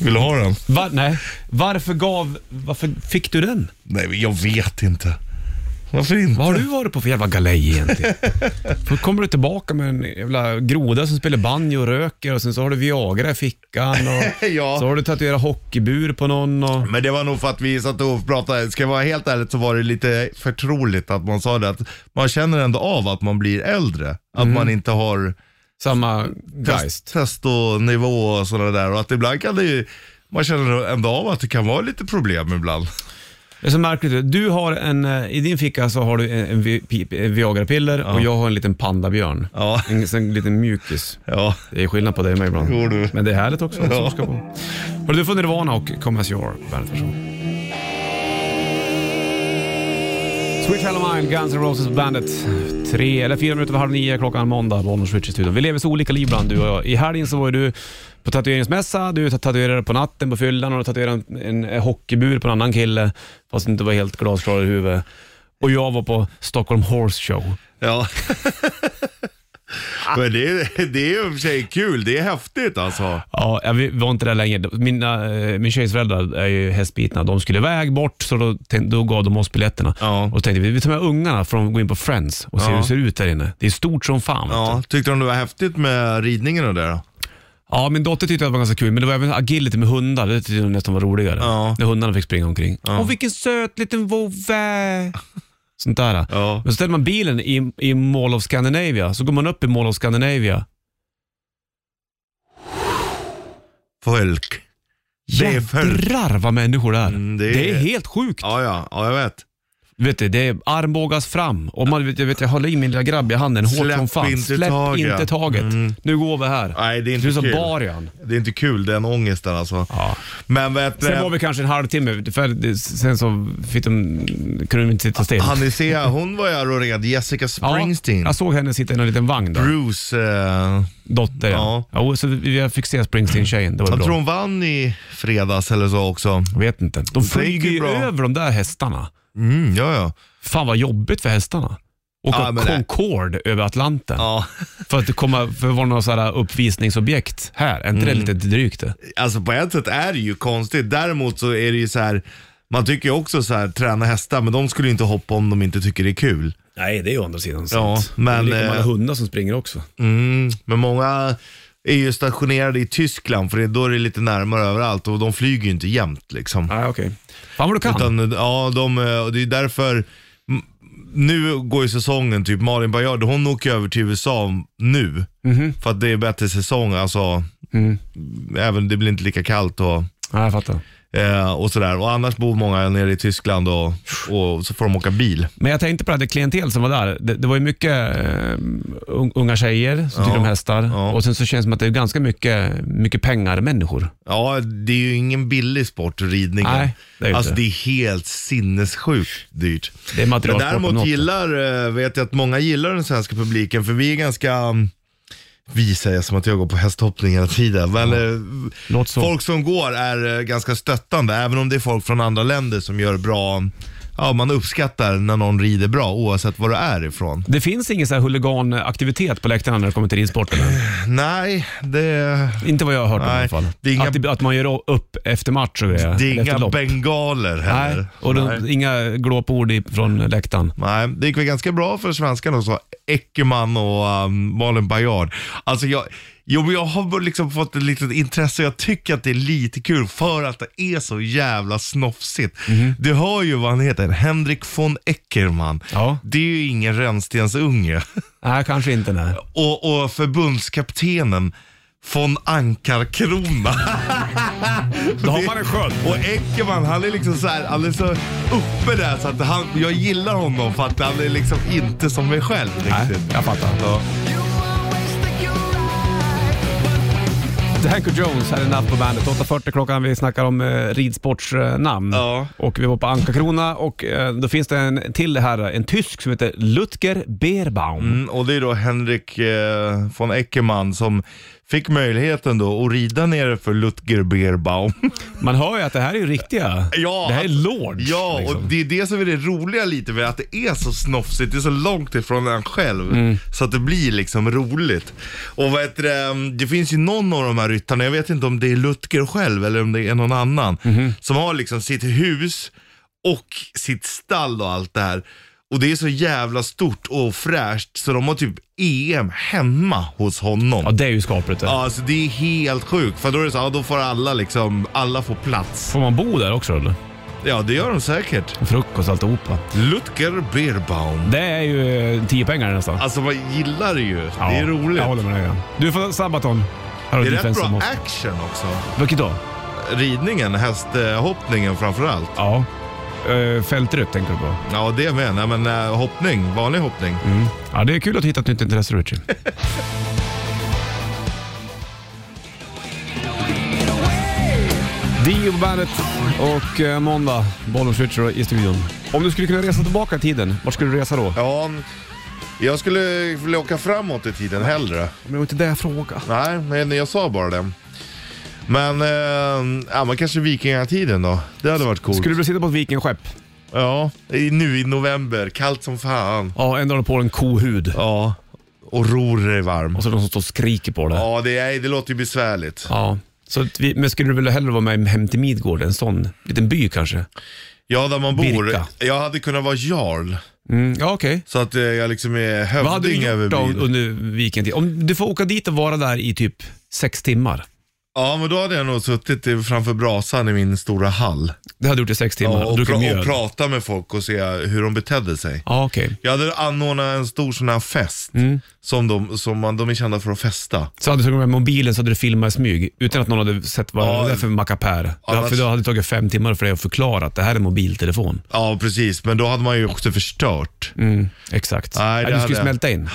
Vill du ha den?
Va? Nej. Varför gav... Varför fick du den?
Nej, men jag vet inte. Varför inte?
Vad har du varit på för jävla galej egentligen? Då kommer du tillbaka med en jävla groda som spelar banjo och röker och sen så har du Viagra i fickan och
Ja.
så har du tatuerat hockeybur på någon och...
Men det var nog för att vi satt och pratade, ska jag vara helt ärligt så var det lite förtroligt att man sa det att man känner ändå av att man blir äldre. Att man inte har
Samma
test,
geist.
testonivå och sådana där och att ibland kan det ju, man känner ändå av att det kan vara lite problem ibland.
Det är så märkligt. ut. Du har en... eh, I din ficka så har du en, en, vi- pi- en Viagra-piller och jag har en liten pandabjörn.
Ja.
En, en liten mjukis.
Ja,
Det är skillnad på dig och mig ibland.
Jo, du.
Men det är härligt också.
Ja.
Ja. Ska på. Hörru, du får Nirvana och Come As You Are på Bandet. Varsågod. Sweet Hello Mile, Guns N' Roses på Bandet. Tre eller fyra minuter över halv nio klockan måndag, Bollnäs Switch i studion. Vi lever så olika liv ibland du och jag. I helgen så var ju du på tatueringsmässa, du tatuerade på natten på fyllan och du tatuerade en, en hockeybur på en annan kille fast du inte var helt glasklar i huvudet. Och jag var på Stockholm Horse Show.
ja. Men det är, det är i och för sig kul. Det är häftigt alltså.
Ja, ja, vi var inte där länge. Mina, eh, min tjejs föräldrar är ju hästbitna. De skulle iväg bort, så då, tänk- då gav de oss biljetterna.
Ja.
Och då tänkte vi, vi tar med ungarna för att gå in på Friends och se hur det ser ut där inne. Det är stort som fan. vet du.
Ja, tyckte de det var häftigt med ridningen och det då?
Ja, min dotter tyckte att det var ganska kul, men det var även agility med hundar. Det tyckte hon nästan var roligare.
Ja.
När hundarna fick springa omkring. Åh, vilken söt liten vovve! Sånt där.
Ja.
Men så ställer man bilen i, i Mall of Scandinavia, så går man upp i Mall of Scandinavia.
Folk. Det är för-
Jädrar vad människor det är.
Mm, det
det,
är-
är... helt sjukt.
Ja, ja, ja jag vet.
Vet du, det är armbågas fram. Och man, vet, jag, vet, jag håller i min lilla grabb i handen hårt
Släpp
som fan.
inte
Släpp
taget.
inte taget.
Mm.
Nu går vi här.
Nej, det är inte
du som
kul.
Barian.
Det är inte kul den ångesten alltså.
Ja.
Men vet du,
Sen var vi kanske en halvtimme, för det- sen så fick de, kunde de inte sitta still.
Hanisea, hon var ju här och red Jessica Springsteen.
Ja, Alltså. jag såg henne sitta i en liten vagn där.
Bruce, eh,
Dotter ja. ja. Så vi jag fick se Springsteen-tjejen, det var
jag
bra.
tror hon vann i fredags eller så också.
Jag vet inte. De flyger
gick ju
ju
bra.
över de där hästarna.
Mm, ja, ja.
Fan vad jobbigt för hästarna. Åka
Ja, men det-
Concorde över Atlanten.
ja.
För att det komma, för att vara något så här uppvisningsobjekt här. Är inte
Mm.
det lite drygt det?
Alltså på ett sätt är det ju konstigt. Däremot så är det ju så här. Man tycker ju också så här, träna hästar, men de skulle ju inte hoppa om de inte tycker det är kul.
Nej, det är ju å andra sidan
sant. Det är lika många
hundar som springer också.
Mm, men många är ju stationerade i Tyskland, för det, då är det lite närmare överallt och de flyger ju inte jämt liksom.
Nej, okej. Fan vad du kan.
Utan, ja, de, eh, och det är därför, m- nu går ju säsongen, typ Malin Baryard, hon åker över till USA nu.
Mhm.
För att det är bättre säsong, alltså.
Mm.
Även, det blir inte lika kallt och,
Ja, jag fattar.
eh, och sådär. Och annars bor många nere i Tyskland och, och så får de åka bil.
Men jag tänkte på det här, det klientel som var där. Det, det var ju mycket eh, un- unga tjejer som tyckte om hästar.
ja.
Och sen så känns det som att det är ganska mycket, mycket pengar-människor.
Ja, det är ju ingen billig sport, ridningen.
Nej, det är ju
alltså
inte.
det är helt sinnessjukt dyrt.
Det är
Men
materialsport om
däremot
något.
gillar, eh, vet jag att många gillar den svenska publiken, för vi är ganska, mm, vi säger som att jag går på hästhoppning hela tiden, men eh,
Låt så.
folk som går är eh, ganska stöttande, även om det är folk från andra länder som gör bra, ja man uppskattar när någon rider bra oavsett var du är ifrån.
Det finns ingen så här huliganaktivitet på läktarna när det kommer till ridsporten?
Nej, det,
Inte vad jag har hört om i
Nej,
alla fall.
det är inga-
att, det, att man gör upp efter match och grejer.
det är
efter
inga
lopp.
bengaler heller.
Nej, och de, inga glåpord i- från läktaren.
Nej, det gick väl ganska bra för svenskarna också. Eckermann och um, Malin Baryard. Alltså jag, jo, men jag har väl liksom fått ett litet intresse och jag tycker att det är lite kul för att det är så jävla snofsigt. Du hör ju vad han heter, Henrik von Eckermann.
Ja.
Det är ju ingen rännstensunge.
Nej, kanske inte. Nej.
Och, och förbundskaptenen von Ankarkrona.
Då har man en sköld.
Och Eckermann, han är liksom så här, han är så uppe där så att han, jag gillar honom för att han är liksom inte som mig själv
Nej,
riktigt.
jag fattar. Hanko Jones hade namn på bandet. 8.40 klockan. Vi snackar om eh, ridsportsnamn.
Ja.
Och vi var på Ankarkrona och eh, då finns det en till här, en tysk som heter Lutger Beerbaum.
Mm, och det är då Henrik eh, von Eckermann som fick möjligheten då att rida nere för Lutger Beerbaum.
Man hör ju att det här är ju riktiga.
Ja,
det här är
alltså-
lords.
Ja,
liksom.
och det är det som är det roliga lite med att det är så snofsigt. Det är så långt ifrån en själv.
Mm.
Så att det blir liksom roligt. Och vad heter det, det finns ju någon av de här ryttarna, jag vet inte om det är Lutger själv eller om det är någon annan,
Mhm.
som har liksom sitt hus och sitt stall och allt det här. Och det är så jävla stort och fräscht så de har typ EM hemma hos honom.
ja, det är ju skapligt. det.
Ja, alltså det är helt sjukt. För då är det så, ja, då får alla liksom, alla får plats.
Får man bo där också eller?
Ja, det gör de säkert.
Frukost och alltihopa.
Lutger Beerbaum.
Det är ju eh, tio pengar nästan.
Alltså man gillar det ju.
Ja,
det är roligt.
Jag håller med dig. ja. Du får Sabaton. Här har
det
du
är rätt
Defense
bra
Mode.
action också.
Vilket då?
Ridningen, hästhoppningen framförallt.
Ja. Uh, fältryck tänker du på?
Ja, det med. Nej, men eh, hoppning, vanlig hoppning.
Mm. Ja, det är kul att hitta ett nytt intresse Richie. Dio på bandet och eh, måndag, Bollnäs Richard i studion. Om du skulle kunna resa tillbaka i tiden, vart skulle du resa då?
Ja, jag skulle vilja åka framåt i tiden hellre.
Men det var inte det jag frågade.
Nej, men jag sa bara det. Men, eh, ja, men kanske vikingatiden då. Det hade varit coolt.
Skulle du vilja sitta på ett vikingskepp?
Ja, i, nu i november. Kallt som fan.
Ja, ändå håller på en kohud.
Ja. och ror dig varm.
Och så de som står och skriker på det. Ja.
Ja, det, nej, det låter ju besvärligt.
Så att vi, men skulle du vilja hellre vara med hem till Midgård, en sån liten by kanske?
Ja, där man bor.
Birka.
Jag hade kunnat vara jarl.
Mm, ja, okej.
Så att eh, jag liksom är
Vad hade du
hövding över
gjort då
byn.
under vikentid? Om du får åka dit och vara där i typ sex timmar.
Ja, men då hade jag nog suttit i- framför brasan i min stora hall.
Det hade du gjort i sex timmar
Ja,
och
och,
druckit
pra- och
mjöl.
prata med folk och se hur de betedde sig.
Ja, okej.
Jag hade anordnat en stor sån här fest
Mm.
som, de, som man, de är kända för att festa.
Så hade du tagit med mobilen så hade du filmat i smyg utan att någon hade sett vad
Ja,
det är för mackapär.
annars-
För då hade det tagit fem timmar för dig att förklara att det här är mobiltelefon.
Ja, precis. Men då hade man ju också förstört.
Mm. Exakt.
Nej, det
du skulle
hade-
smälta in.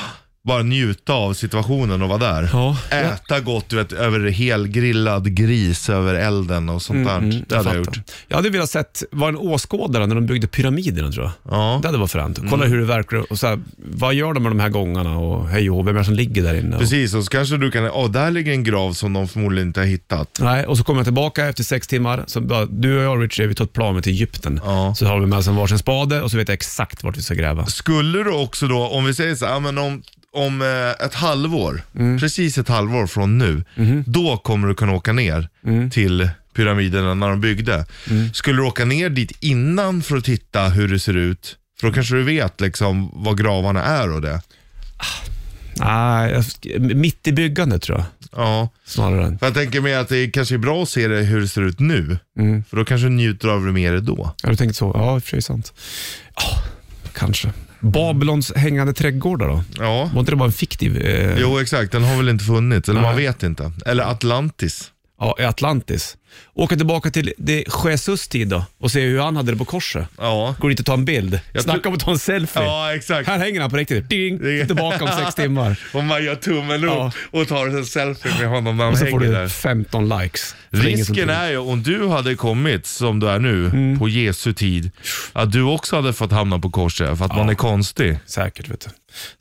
Bara njuta av situationen och vara där.
Ja.
Äta gott, du vet, över helgrillad gris över elden och sånt där. Det hade jag gjort.
fattar. Mm, Jag hade velat sett, var en åskådare när de byggde pyramiderna tror jag.
Ja. Mm.
Det hade varit fränt. Kolla hur det verkar och så här, vad gör de med de här gångarna och hej och hå, vem är det som ligger där inne? Och,
Precis, och så kanske du kan, åh där ligger en grav som de förmodligen inte har hittat.
Nej, och så kommer jag tillbaka efter sex timmar. Så bara, du och jag Richie, vi tar ett plan med till Egypten. Så har vi med oss en varsin spade och så vet jag exakt vart vi ska gräva.
Skulle du också då, om vi säger så här, ja, men om, om eh, ett halvår, precis ett halvår från nu, då kommer du kunna åka ner till pyramiderna när de byggde. Skulle du åka ner dit innan för att titta hur det ser ut? För då kanske du vet liksom vad gravarna är och det.
Nej, jag- mitt i byggandet tror jag.
Ja,
Snarare.
för jag tänker mig att det kanske är bra att se det, hur det ser ut nu. För då kanske du njuter av det mer då.
Har du tänkt så? Ja, i och för sig sant. Ja, kanske. Babylons hängande trädgårdar då?
Ja.
Var inte det bara en fiktiv... Eh,
Jo, exakt. Den har väl inte funnits, eller man
Nej.
vet inte. Eller Atlantis.
ja, i Atlantis. Åka tillbaka till det Jesus tid då och se hur han hade det på korset.
Ja.
Går dit och tar en bild.
Jag
Snacka
tror-
om att ta en selfie.
Ja, exakt.
Här hänger han på riktigt. Ding!
Det-
Tillbaka om sex timmar.
Och man gör tummen upp
Ja.
och tar en selfie med honom när han
Och så får
hänger
du
där.
15 likes. För det är ingen som
Risken
tror.
är Mm. ju, om du hade kommit som du är nu, på Jesu tid, att du också hade fått hamna på korset för att man är konstig.
Säkert vet du.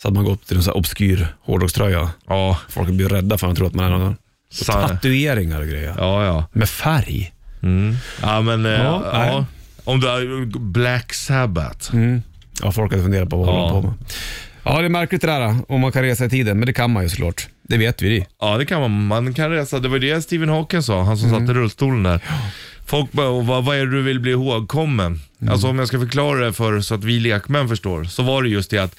Så att man går upp till en sån här obskyr hårdrockströja.
Ja,
Folk blir rädda för att de tror att man är någon.
sa-
Tatueringar och grejer.
ja, ja.
Med färg.
Ja, men eh,
Ja,
ja,
nej.
Om du är Black Sabbath.
Ja, folk hade funderat på vad
Ja.
håller de på med. Ja, det är märkligt det där om man kan resa i tiden, men det kan man ju såklart. Det vet vi. ju.
Ja, det kan man. Man kan resa. Det var det Stephen Hawking sa, han som satt i rullstolen där. Folk bara, "Och vad, vad är det du vill bli ihågkommen? Alltså om jag ska förklara det för så att vi lekmän förstår, så var det just det att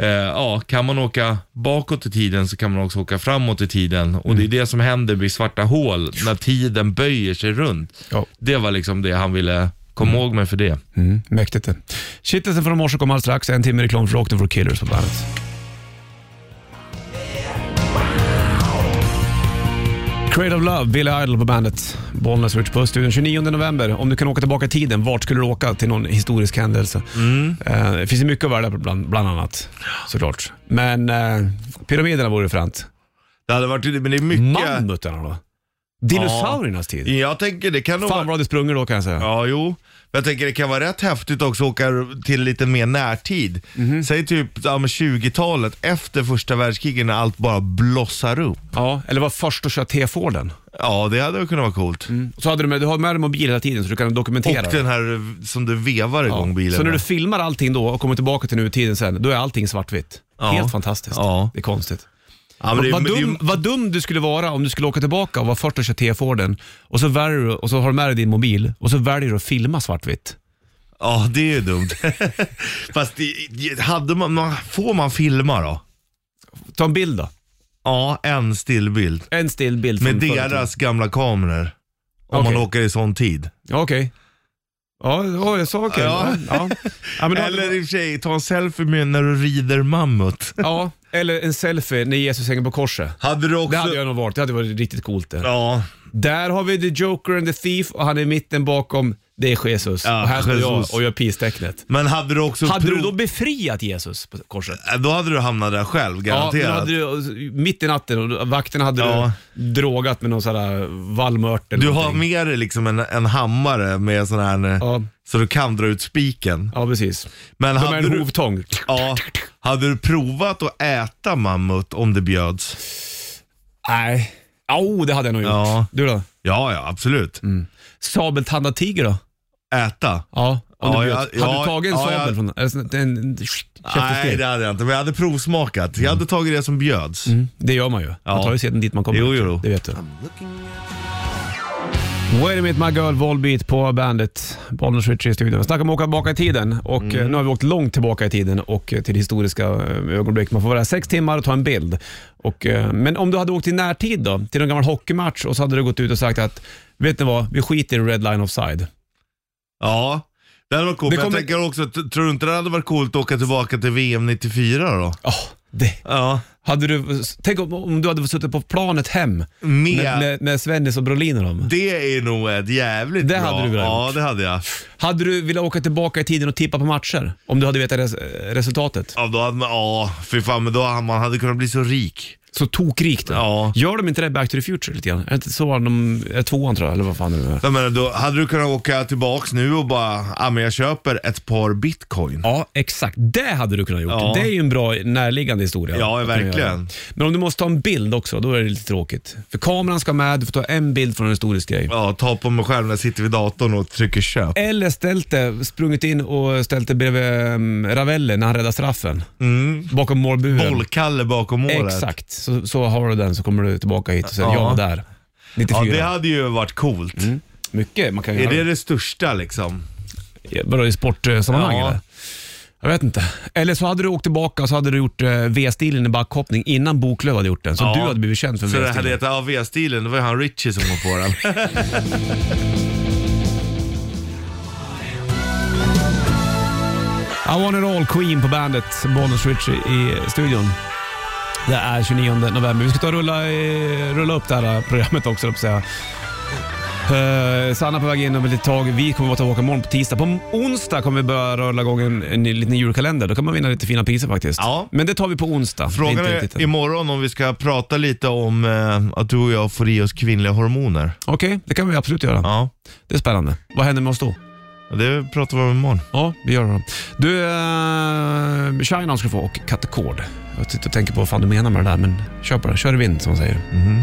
eh, ja, kan man åka bakåt i tiden så kan man också åka framåt i tiden. Och det är det som händer vid svarta hål, när tiden böjer sig runt.
Ja.
Det var liksom det han ville komma ihåg med för det.
Mm, mäktigt det. Kittelsen från morse kommer alldeles strax. En timme reklam för Rockton for Killers på bandet. Creative Love, Billy Idol på bandet. Bollnäs Rich Puss, studion 29 november. Om du kan åka tillbaka i tiden, vart skulle du åka till någon historisk händelse? Eh, det finns ju mycket att välja på bland, bland annat, såklart. Men eh, pyramiderna vore fränt.
Det hade varit, men det är mycket...
Mammutarna då? Dinosauriernas tid?
Jag tänker det kan nog
Fan vad
vara...
du hade sprungit då kan jag säga.
Ja, jo. Men jag tänker det kan vara rätt häftigt också att åka till lite mer närtid.
Mhm.
Säg typ ja, men 20-talet efter första världskriget när allt bara blossar upp.
Ja, eller var först att köra T-Forden.
Ja, det hade kunnat vara coolt.
Så hade du med, du har med dig mobil hela tiden så du kan dokumentera
Och
Mm, det.
den här eh, som du vevar igång
Ja.
bilen
Så när du
med.
filmar allting då och kommer tillbaka till nutiden sen, då är allting svartvitt.
Ja.
Helt fantastiskt.
Ja.
Det är konstigt.
ja, men det,
vad,
men det,
dum, vad dum du skulle vara om du skulle åka tillbaka och vara först och köra T-Forden och så, väljer du, och så har du med dig din mobil och så väljer du att filma svartvitt.
Ja, det är ju dumt. Fast det, det- hade man, man, får man filma då?
Ta en bild då.
Ja, en stillbild.
En stillbild.
Med
från förr i tiden.
deras gamla kameror. Om
Okej.
man åker i sån tid.
Ja, okej. Ja, ja, jag sa okej.
alltså- Ja.
Ja. Ja. Ja, men då-
Eller i och för sig, ta en selfie med när du rider mammut.
ja, eller en selfie när Jesus hänger på korset.
Hade du också...
Det hade jag nog varit. Det hade varit riktigt coolt det.
Ja,
Där har vi The Joker and the Thief och han är i mitten bakom, det är Jesus.
Ja,
och här står
Jesus.
jag och gör peace-tecknet.
men hade du också
Hade
prov...
du då befriat Jesus på korset?
Äh, då hade du hamnat där själv,
men då
garanterat.
hade du, mitt i natten och då- vakterna hade
Ja.
du drogat med någon sån här valmört eller
Du har
någonting.
med dig liksom en, en hammare med sån här, eh,
Ja.
så du kan dra ut spiken.
Ja, precis.
Men
De är
hade
en
du,
hovtång.
ja, hade du provat att äta mammut om det bjöds?
Nej. Au, det hade jag nog gjort.
Ja.
Du då? Mm.
Ja, ja absolut.
Sabeltandad tiger då?
Äta?
Ja. Om det
Ja,
bjöds.
jag-
hade
ja,
du tagit en
ja, jag-
sabel från eller en, en
Nej,
käftesked?
det hade jag inte. Men jag hade provsmakat. Jag
Mm.
hade tagit det som bjöds.
Det gör man ju. Man
Ja.
tar ju sedan dit man kommer.
Jo, jo, jo.
Det vet du. Wait a minute my girl, Volbeat på bandet. Bollnäs Ritchie i studion. Vi snackar om att åka tillbaka i tiden och
Mm.
eh, nu har vi åkt långt tillbaka i tiden och eh, till historiska eh, ögonblick. Man får vara sex timmar och ta en bild. Och, eh, men om du hade åkt i närtid då, till en gammal hockeymatch och så hade du gått ut och sagt att Vet ni vad? Vi skiter i red line offside.
Ja, det hade varit coolt.
Det
Men jag
kommer-
tänker också, t- tror du inte det hade varit coolt att åka tillbaka till VM 94 då?
Ja, det.
Ja.
Hade du, tänk om, om du hade suttit på planet hem
Med-
när, när, när Svennis och Brolin och dem.
Det är nog ett jävligt
Det
bra.
hade du velat
Ja,
gjort.
det hade jag.
Hade du velat åka tillbaka i tiden och tippa på matcher? Om du hade vetat res resultatet.
Ja, då hade man, ja, fy fan, men då hade man hade kunnat bli så rik.
Så tokrikt.
Ja.
Gör de inte det i Back to the Future lite grann? Är det inte så de är tvåan tror jag, eller vad fan är det?
Jag menar, då hade du kunnat åka tillbaks nu och bara, ja men jag köper ett par bitcoin.
Ja, exakt. Det hade du kunnat gjort.
Ja.
Det är ju en bra närliggande historia.
Ja,
att kunna
verkligen.
göra. Men om du måste ta en bild också, då är det lite tråkigt. För kameran ska med, du får ta en bild från en historisk grej.
Ja, ta på mig själv när jag sitter vid datorn och trycker köp.
Eller ställt det, sprungit in och ställt det bredvid ehm, Ravelli när han räddar straffen.
Mm.
Bakom målburen.
Bollkalle bakom målet.
Exakt, så, så har du den så kommer du tillbaka hit och säger
Ja.
ja, jag var där.
Ja,
94.
det hade ju varit coolt.
Mm. Mycket man kan
Är
göra.
det det största liksom?
Vadå, i sportsammanhang
Ja.
eller? Jag vet inte. Eller så hade du åkt tillbaka och så hade du gjort eh, V-stilen i backhoppning innan Boklöv hade gjort den. Så
Ja.
du hade blivit känd för
Så det hade
V-stilen.
hetat AV-stilen, det var ju han Richie som kom på den.
I want it all, Queen på bandet. Bollnäs Ritchie i studion. Det är 29 november. Vi ska ta och rulla, eh, rulla upp det här programmet också, höll jag på att säga. Eh, Sanna på väg in om ett litet tag. Vi kommer vara tillbaka imorgon på tisdag. På onsdag kommer vi börja rulla igång en, en liten julkalender. Då kan man vinna lite fina priser faktiskt.
Ja.
Men det tar vi på onsdag.
Frågan
Det är inte
är
riktigt än.
imorgon om vi ska prata lite om eh, att du och jag får i oss kvinnliga hormoner.
Okej, det kan vi absolut göra.
Ja,
Det är spännande. Vad händer med oss då?
det pratar vi om imorgon.
Ja, vi gör det. Du, uh, Shine ska få och Katakord. Jag sitter och tänker på vad fan du menar med det där, men kör på det. Kör i vind, som man säger. Mhm.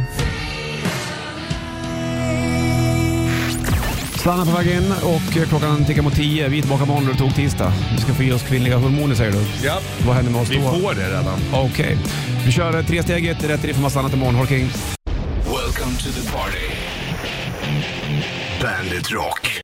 Stanna på vägen och klockan tickar mot tio. Vi är tillbaka imorgon och tog tisdag. Vi ska få ge oss kvinnliga hormoner säger du.
Ja.
Vad händer med oss
Vi
då?
får det redan.
Okej. Vi kör tresteget, rätt riff och massa annat imorgon. Håll king.
Welcome to the party. Bandit Rock.